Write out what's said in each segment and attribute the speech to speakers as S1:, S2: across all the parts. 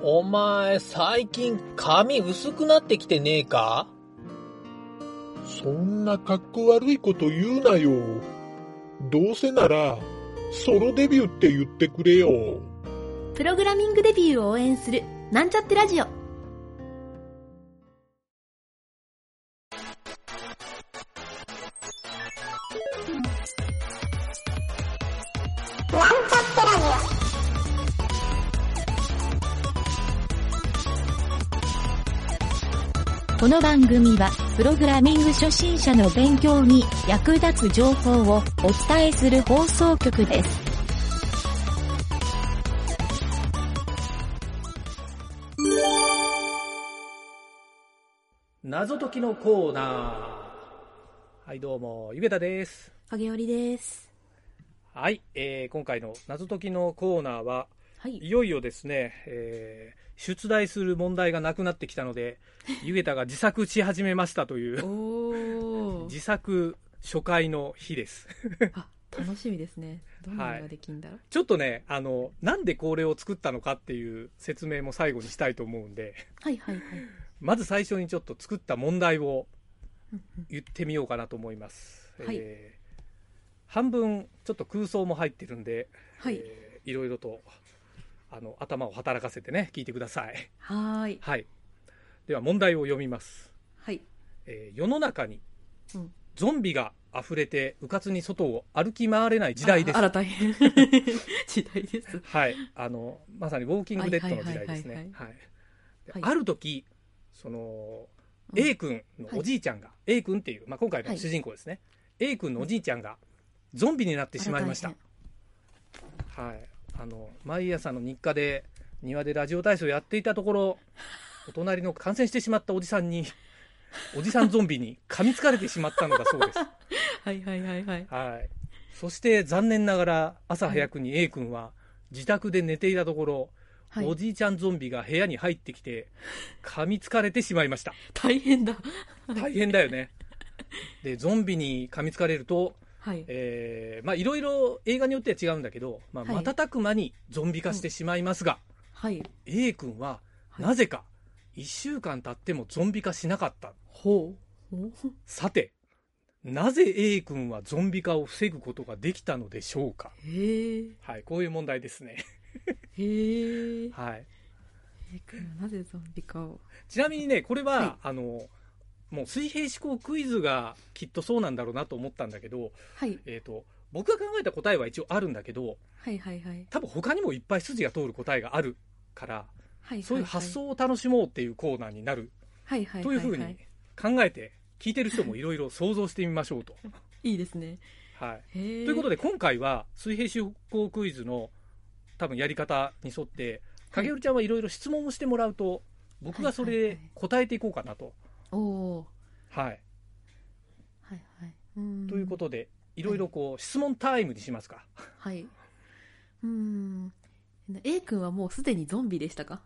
S1: お前、最近髪薄くなってきてねえか
S2: そんな格好悪いこと言うなよ。どうせなら、ソロデビューって言ってくれよ。
S3: プログラミングデビューを応援するなんちゃってラジオ
S4: この番組は、プログラミング初心者の勉強に役立つ情報をお伝えする放送局です。
S1: 謎解きのコーナー。はい、どうも、ゆげたです。
S3: 影織です
S1: はい、えー今回の謎解きのコーナーは、
S3: はい
S1: いよいよですね、えー出題する問題がなくなってきた ので、ゆげたが自作し始めましたとい
S3: お
S1: う、
S3: お
S1: 自作初回の日です。
S3: あ 楽しみですねどんなのができんだろう、
S1: ちょっとね、あの、なんでこれを作ったのかっていう説明も最後にしたいと思うんで、
S3: はい、はいはいはい
S1: まず最初にちょっと作った問題を
S3: うんうん
S1: 言ってみようかなと思います。
S3: はい
S1: えー半分ちょっと空想も入ってるんで、
S3: はい
S1: えーいろいろとあの頭を働かせてね聞いてください。
S3: はーい
S1: はい、では問題を読みます。
S3: はい
S1: えー世の中に
S3: うん
S1: ゾンビが溢れてうかつに外を歩き回れない時代です
S3: ああ。ら大変 時代です
S1: はい、あのまさにウォーキングデッドの時代ですね。はいで
S3: はい
S1: ある時その
S3: うん
S1: A 君のおじいちゃんが、A 君っていう、まあ、今回の主人公ですね、A 君のおじいちゃんがゾンビになってしまいました
S3: あら、
S1: はい、あの毎朝の日課で庭でラジオ体操やっていたと ころお隣の感染してしまったおじさんにおじさんゾンビに噛みつかれてしまったのだそうです、
S3: 大変はいはいはいはい
S1: はい、そして残念ながら朝早くに A 君は自宅で寝ていたところ、
S3: はい
S1: おじいちゃんゾンビが部屋に入ってきて噛みつかれてしまいました
S3: 大変だ
S1: 大変だ よね。で、ゾンビに噛みつかれると、
S3: はい
S1: えーまあいろいろ映画によっては違うんだけど、まあ、
S3: はい
S1: 瞬く間にゾンビ化してしまいますが、
S3: はい
S1: A 君は
S3: はい
S1: なぜか1週間経ってもゾンビ化しなかった。
S3: ほうお
S1: さて、なぜ A 君はゾンビ化を防ぐことができたのでしょうか
S3: へえ
S1: はい、こういう問題ですね。
S3: へえ
S1: はい。
S3: なぜゾンビ化を
S1: ちなみにね、これは、
S3: はい
S1: あの、もう水平思考クイズがきっとそうなんだろうなと思ったんだけど、
S3: はい
S1: えっ、と、僕が考えた答えは一応あるんだけど、
S3: はいはいはい
S1: 多分他にもいっぱい筋が通る答えがあるから、
S3: はい
S1: そういう発想を楽しもうっていうコーナーになる
S3: はいはい
S1: と
S3: はいいうは
S1: ふう
S3: い
S1: に考えて、聞いてる人もいろいろ想像してみま しょうと。
S3: いいですね
S1: はい。
S3: へ
S1: と
S3: え
S1: いうことで今回は水平思考クイズの多分やり方に沿って、影織ちゃんはいろいろ質問をしてもらうと、僕がそれで答えていこうかなと。
S3: おおー
S1: はい。
S3: はいはいうん
S1: ということで、いろいろこう質問タイムにしますか。
S3: はいうーん A 君はもうすでにゾンビでしたか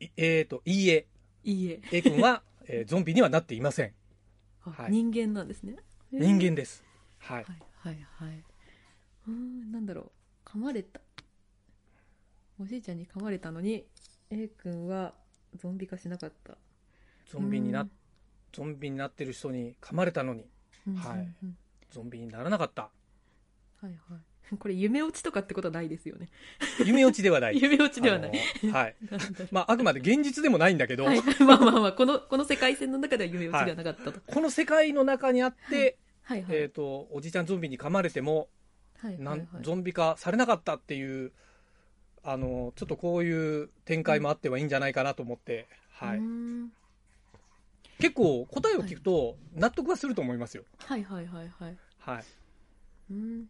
S1: いえっ、と、いいえ、
S3: いいえ
S1: A 君 は、えーゾンビにはなっていません。
S3: あ
S1: はい
S3: 人間なんですねへー
S1: 人間です。はい。
S3: はいはいはいうーんなんだろう噛まれたおじいちゃんに噛まれたのに A 君はゾンビ化しなかった
S1: ゾンビにな
S3: うん
S1: ゾンビになってる人に噛まれたのに
S3: うんうんうん
S1: はいゾンビにならなかった
S3: はいはい これ夢落ちとかってことはないですよね
S1: 夢落ちではな い
S3: 夢落ちではない
S1: あのはい
S3: なんだ ろ
S1: まああくまで現実でもないんだけど、
S3: うはいはいまあまあまあこのこの世界線の中では夢落ちではなかったと
S1: この世界の中にあって、
S3: はいはい
S1: えっ、とおじちゃんゾンビに噛まれても
S3: はい
S1: な
S3: はい
S1: ん
S3: はい
S1: ゾンビ化されなかったっていうあのちょっとこういう展開もあってはいいんじゃないかなと思って、はいう
S3: ーん
S1: 結構答えを聞くと納得はすると思いますよ
S3: はいはいはいはいう
S1: はい
S3: ーん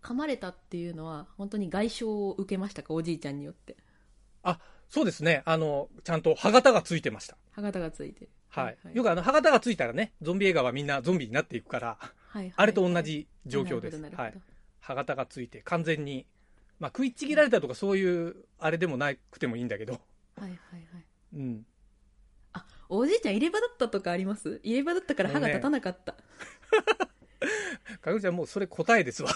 S3: 噛まれたっていうのは本当に外傷を受けましたかおじいちゃんによって
S1: そうですねあのちゃんと歯型がついてました
S3: 歯型がついてる
S1: はい、よくあの歯型がついたらねゾンビ映画はみんなゾンビになっていくから
S3: はいはい
S1: あれと同じ状況です。
S3: なるほど
S1: は
S3: ないるほど。
S1: 歯型がついて、完全に、まあ、食いちぎられたとかそういう、あれでもなくてもいいんだけど。
S3: はいはいはい。
S1: うん。
S3: おじいちゃん入れ歯だったとかあります入れ歯だったから歯が立たなかった。
S1: かぐりちゃんもうそれ答えですわ。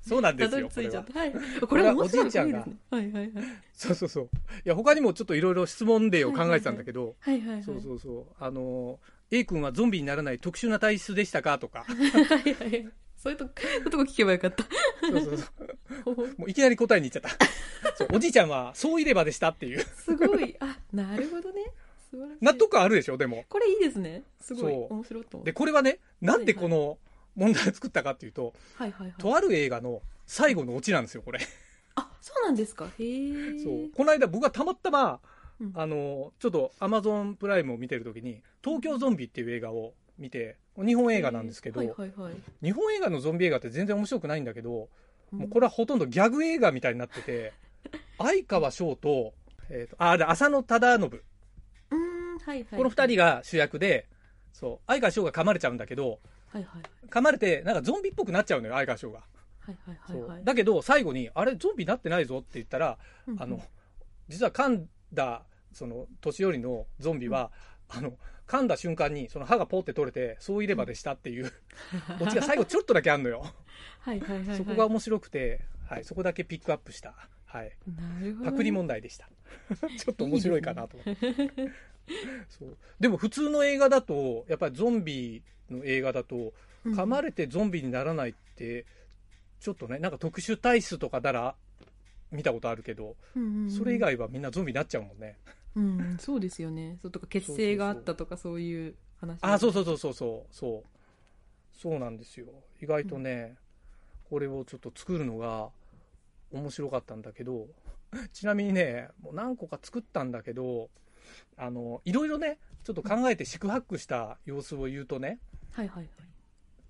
S1: そうなんで
S3: た
S1: す
S3: ど
S1: よ
S3: り
S1: こ
S3: 着い
S1: れ
S3: ちゃっ
S1: は
S3: た。はい。
S1: こ
S3: こ
S1: れ
S3: れ
S1: は
S3: 面白いですね
S1: おじ。
S3: はいはいはい。
S1: そうそうそういや他にもちょっといろいろ質問例を考えてたんだけど、
S3: はいはいはい。
S1: そうそうそうあの A 君はゾンビにならない特殊な体質でしたかとか
S3: はいはい。そういうとこ、そういうとこ聞けばよか った。
S1: そうそうそう
S3: おー
S1: もういきなり答えにいっちゃったそうおじいちゃんはそういればでしたっていう
S3: すごい。あ、なるほどね。素晴らしい。
S1: 納得感あるでしょでも
S3: これいいですね。すごい。
S1: そう
S3: 面白いと思う
S1: で。これはねなんでこの問題を作ったかっていうと、
S3: はいはいはい。
S1: とある映画の最後のオチなんですよこれ
S3: あ、そうなんですか。へえ。
S1: そうこの間僕がたまたま
S3: うん
S1: あのちょっとアマゾンプライムを見てる時に「東京ゾンビ」っていう映画を見て日本映画なんですけど、
S3: はいはいはい。
S1: 日本映画のゾンビ映画って全然面白くないんだけど、もうこ
S3: れ。
S1: れはほとんどギャグ映画みたいになって て相川翔と,、えー、とあで浅野忠信、
S3: うーん、はいはい。
S1: この2人。が主役でそう相川翔が噛まれちゃうんだけど
S3: はいはい。
S1: 噛まれてなんかゾンビっぽくなっちゃうのよ相川翔が、
S3: はいはいはいはい。
S1: そうだけど最後に「あれゾンビなってないぞ」って言ったら
S3: うんうん
S1: あの、実は噛んだ、その、年寄りのゾンビは、あの、噛んだ瞬間に、その歯がポって取れて、そういればでしたっていう、オチが最後ちょっとだけあんのよ。
S3: はいはいはいはい。
S1: そこが面白くて、はい、そこだけピックアップした。はい。
S3: なるほど。
S1: パクリ。問題 でした。ちょっと面白いかなと思って。そう。でも普通の映画だと、やっぱりゾンビの映画だと、噛ま
S3: る。
S1: れてゾンビにならないって、ちょっとね、なんか特殊体質とかなら、見たことあるけど、
S3: うんうんうん
S1: それ以。外はみんなゾンビになっちゃうもんね。
S3: うん、そうですよね。そうとか、血清があったとか、そういう話。
S1: あそう
S3: う。
S1: そうそうそうそうそうそうなんですよ意外とね、これをちょっと作るのが面白かったんだけど ちなみにねもう何個か作ったんだけどあのいろいろねちょっと考えて四苦八苦した様子を言うとね
S3: はいはいはい。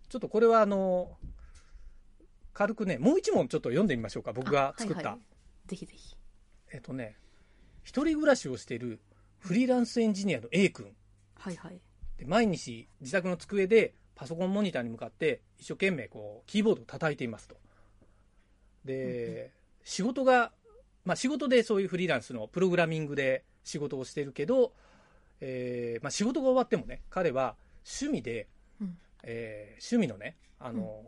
S1: ちょっとこれはあの軽くねもう一問ちょっと読んでみましょうか僕が作っ
S3: は
S1: た、
S3: いはいぜひぜひ。
S1: えっとね一人暮らしをしているフリーランスエンジニアの A 君
S3: はいはい。
S1: で毎日自宅の机でパソコンモニターに向かって一生懸命こうキーボードを叩いていますと
S3: うん
S1: で、仕事が、まあ、仕事でそういうフリーランスのプログラミングで仕事をしてるけど、えーまあ、仕事が終わってもね彼は趣味で、
S3: うん
S1: えー趣味のねあの、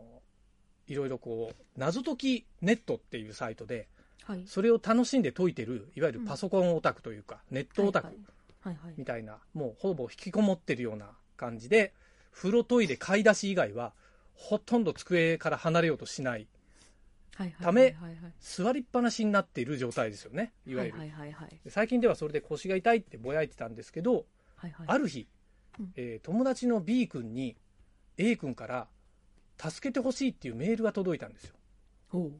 S1: いろいろこう謎解きネットっていうサイトで
S3: はい。
S1: それを楽しんで解いてるいわゆるパソコンオタクというか、ネットオタク、
S3: はいはい。
S1: みたいな、もうほぼ引きこもってるような感じで、風呂トイレ買い出し以外は、ほとんど机から離れようとしない、
S3: はいはい。
S1: ため
S3: はいはいはい。
S1: 座りっぱなしになっている状態ですよね、いわゆる。
S3: はいはいはいはい。
S1: で最近ではそれで腰が痛いってぼやいてたんですけど、
S3: はいはい。
S1: ある日
S3: うん、
S1: えー友達の B 君に A 君から、助けてほしいっていうメールが届いたんですよ。
S3: おう。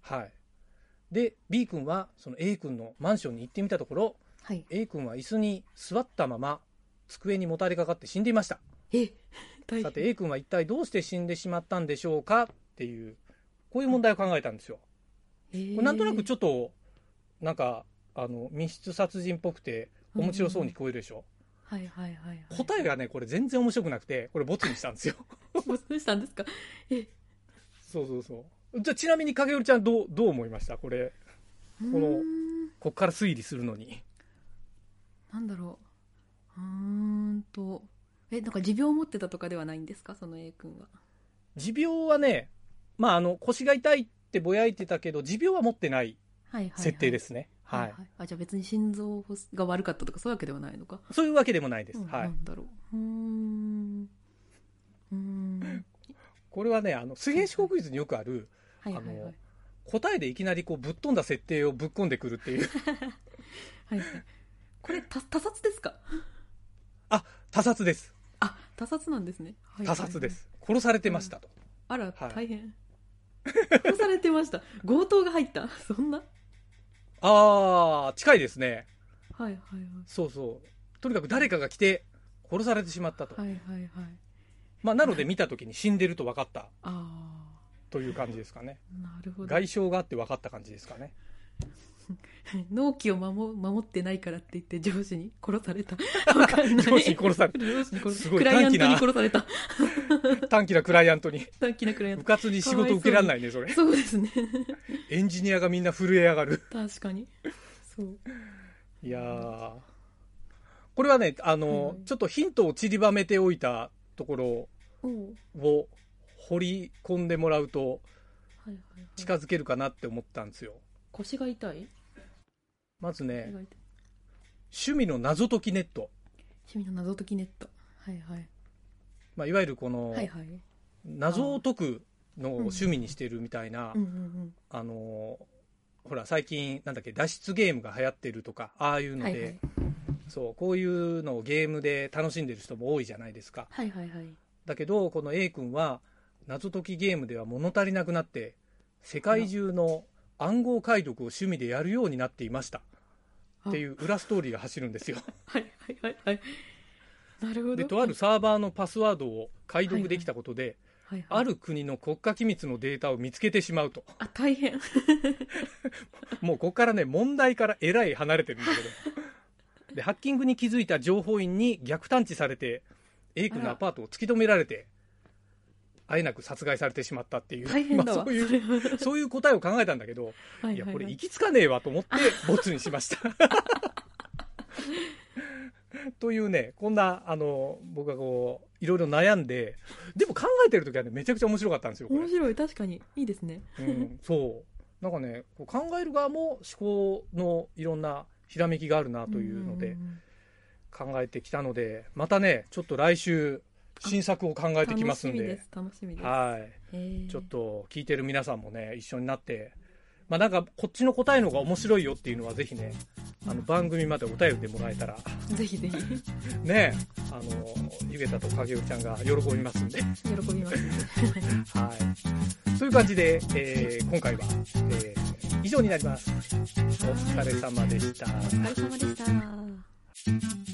S1: はい。で、B 君はその A 君のマンションに行ってみたところ、
S3: はい。
S1: A 君は椅子に座ったまま、机にもたれかかって死んでいました。
S3: え、大
S1: さて A 君は一体どうして死んでしまったんでしょうかっていうこういう問題を考えたんですよ。これなんとなくち
S3: ょっ
S1: ょっとなんかあの密室殺人っぽくて面白そうに聞こえるでしょ。
S3: と。はいはいはいはい。
S1: 答えがねこれ全然面白くなくてこれボツにしたんですよ。
S3: もうどうしたんですかえ、
S1: そうそうそう。じゃあちなみに影織ちゃんどうどう思いましたこれ
S3: こ
S1: のこっから推理するのに。
S3: なんだろう。うーんと。え、なんか持病を持ってたとかではないんですかその A 君は。
S1: 持病はねまああの腰が痛いってぼやいてたけど持病は持ってない
S3: はいはいはい。
S1: 設定ですね。はい、
S3: あ、じゃあ別に心臓が悪かったとかそういうわけではないのか。
S1: そういうわけでもないです。
S3: うん
S1: は。
S3: ないんだろう。うーん。うー ん。
S1: これはねあの水平思考クイズによくある。
S3: はいはいはい。
S1: あ
S3: は
S1: の
S3: い
S1: 答えでいきなりこうぶっ飛んだ設定をぶっ込んでくるっ ていう
S3: はい。これ、た、他殺ですか
S1: 他殺です
S3: あ、他殺なんですね。はい
S1: 他殺で。す殺されてましたと、
S3: はいはいあ
S1: は
S3: ら、
S1: い
S3: 大変。殺されてました。強盗が入った。そんな
S1: ああ近いですね
S3: はいはい
S1: そうそうとにかく誰かが来て殺されてしまったと、
S3: はい。はいはいはい。
S1: まあ、なので見た時に死んでると分かった
S3: あ
S1: という感じですかね
S3: あ、なるほど。
S1: 外傷があって分かった感じですかね
S3: 納期を守守ってないからって言って上司に殺され た。わかんない。
S1: 上司に殺された
S3: 上司に殺
S1: す
S3: さ
S1: ごい
S3: クライアント
S1: 短気
S3: に
S1: な
S3: 殺された。
S1: 短気なクライアントに
S3: 短気なクライアン
S1: 部
S3: ト。
S1: 活に仕事受けられないねそれ
S3: そうです ね。
S1: エンジニアがみんな震え上がる
S3: 確かに。そう。
S1: いやーこれはねあの、
S3: うん
S1: ちょっとヒントを散りばめておいたところ
S3: おう
S1: を掘り込んでもらうと
S3: はいはいはい
S1: 近づけるかなって思ったんですよ。
S3: 腰が痛い
S1: まず
S3: 腰
S1: ね、
S3: が痛い
S1: 趣味の謎解きネット。
S3: 趣味の謎解きネットはいはい
S1: まあ、いわゆるこの
S3: はい、はい
S1: 謎を解くのを趣味にしてるみたいな、
S3: うんうん
S1: あのーほら、最近、なんだっけ、脱出ゲームが流行ってるとか、ああいう
S3: うん
S1: の
S3: は
S1: で、
S3: いはい
S1: そう、こういうのをゲームで楽しんでる人も多いじゃないですか。
S3: はいはいはい
S1: だけど、この A 君は、謎解きゲームでは物足りなくなって、世界中の暗号解読を趣味でやるようになっていました。
S3: あ
S1: っていう裏ストーリーが走るんですよ。
S3: はいはいはいはいなるほど
S1: で、とあるサーバーのパスワードを解読できたことで、
S3: はいはい
S1: ある国の国家機密のデータを見つけてしまうと。
S3: あ大変
S1: もうここからね、問題からえらい離れてるんだ けど。で、ハッキングに気づいた情報員に逆探知されて、A 君のアパートを突き止められて、あえなく殺害されてしまったっていう。
S3: 大変だ
S1: まあ
S3: わ、
S1: そういう、
S3: それは
S1: そういう答えを考えたんだけど、
S3: はいい
S1: や、
S3: はい
S1: これ
S3: は
S1: 行
S3: い
S1: き着かねえわ と思って、ボツにしました。 というね、こんな、あの、僕がこう、いろいろ悩んで、でも考えてる時はね、めちゃくちゃ面白かったんですよ、これ
S3: 面。白い確かにいいですね
S1: うん、そう。なんかね、こう考える側も思考のいろんなひらめきがあるなというので
S3: んんうん
S1: 考えてきたので、またね、ちょっと来週新作を考えてきますんで、
S3: 楽しみです楽しみです
S1: はい。
S3: へー
S1: ちょっと聞いてる皆さんもね、一緒になって、まあなんかこっちの答えの方が面白いよっていうのはぜひね、あの番組までお便りでもらえたら、
S3: ぜひぜひ
S1: ね、あの、ゆげたとかげおちゃんが喜びますんで。
S3: 喜びます
S1: はい。という感じで、えー今回は、えー以上になります。お疲れ様でした。
S3: お疲れ様でした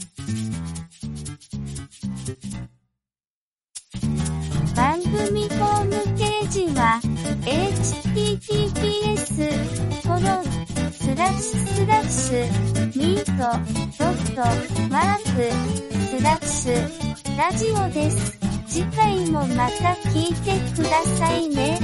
S5: 番組ホームページは、https, コロン、スラッシュスラッシュ、ミート、ドット、マーク、スラッシュ、ラジオです。次回もまた聞いてくださいね。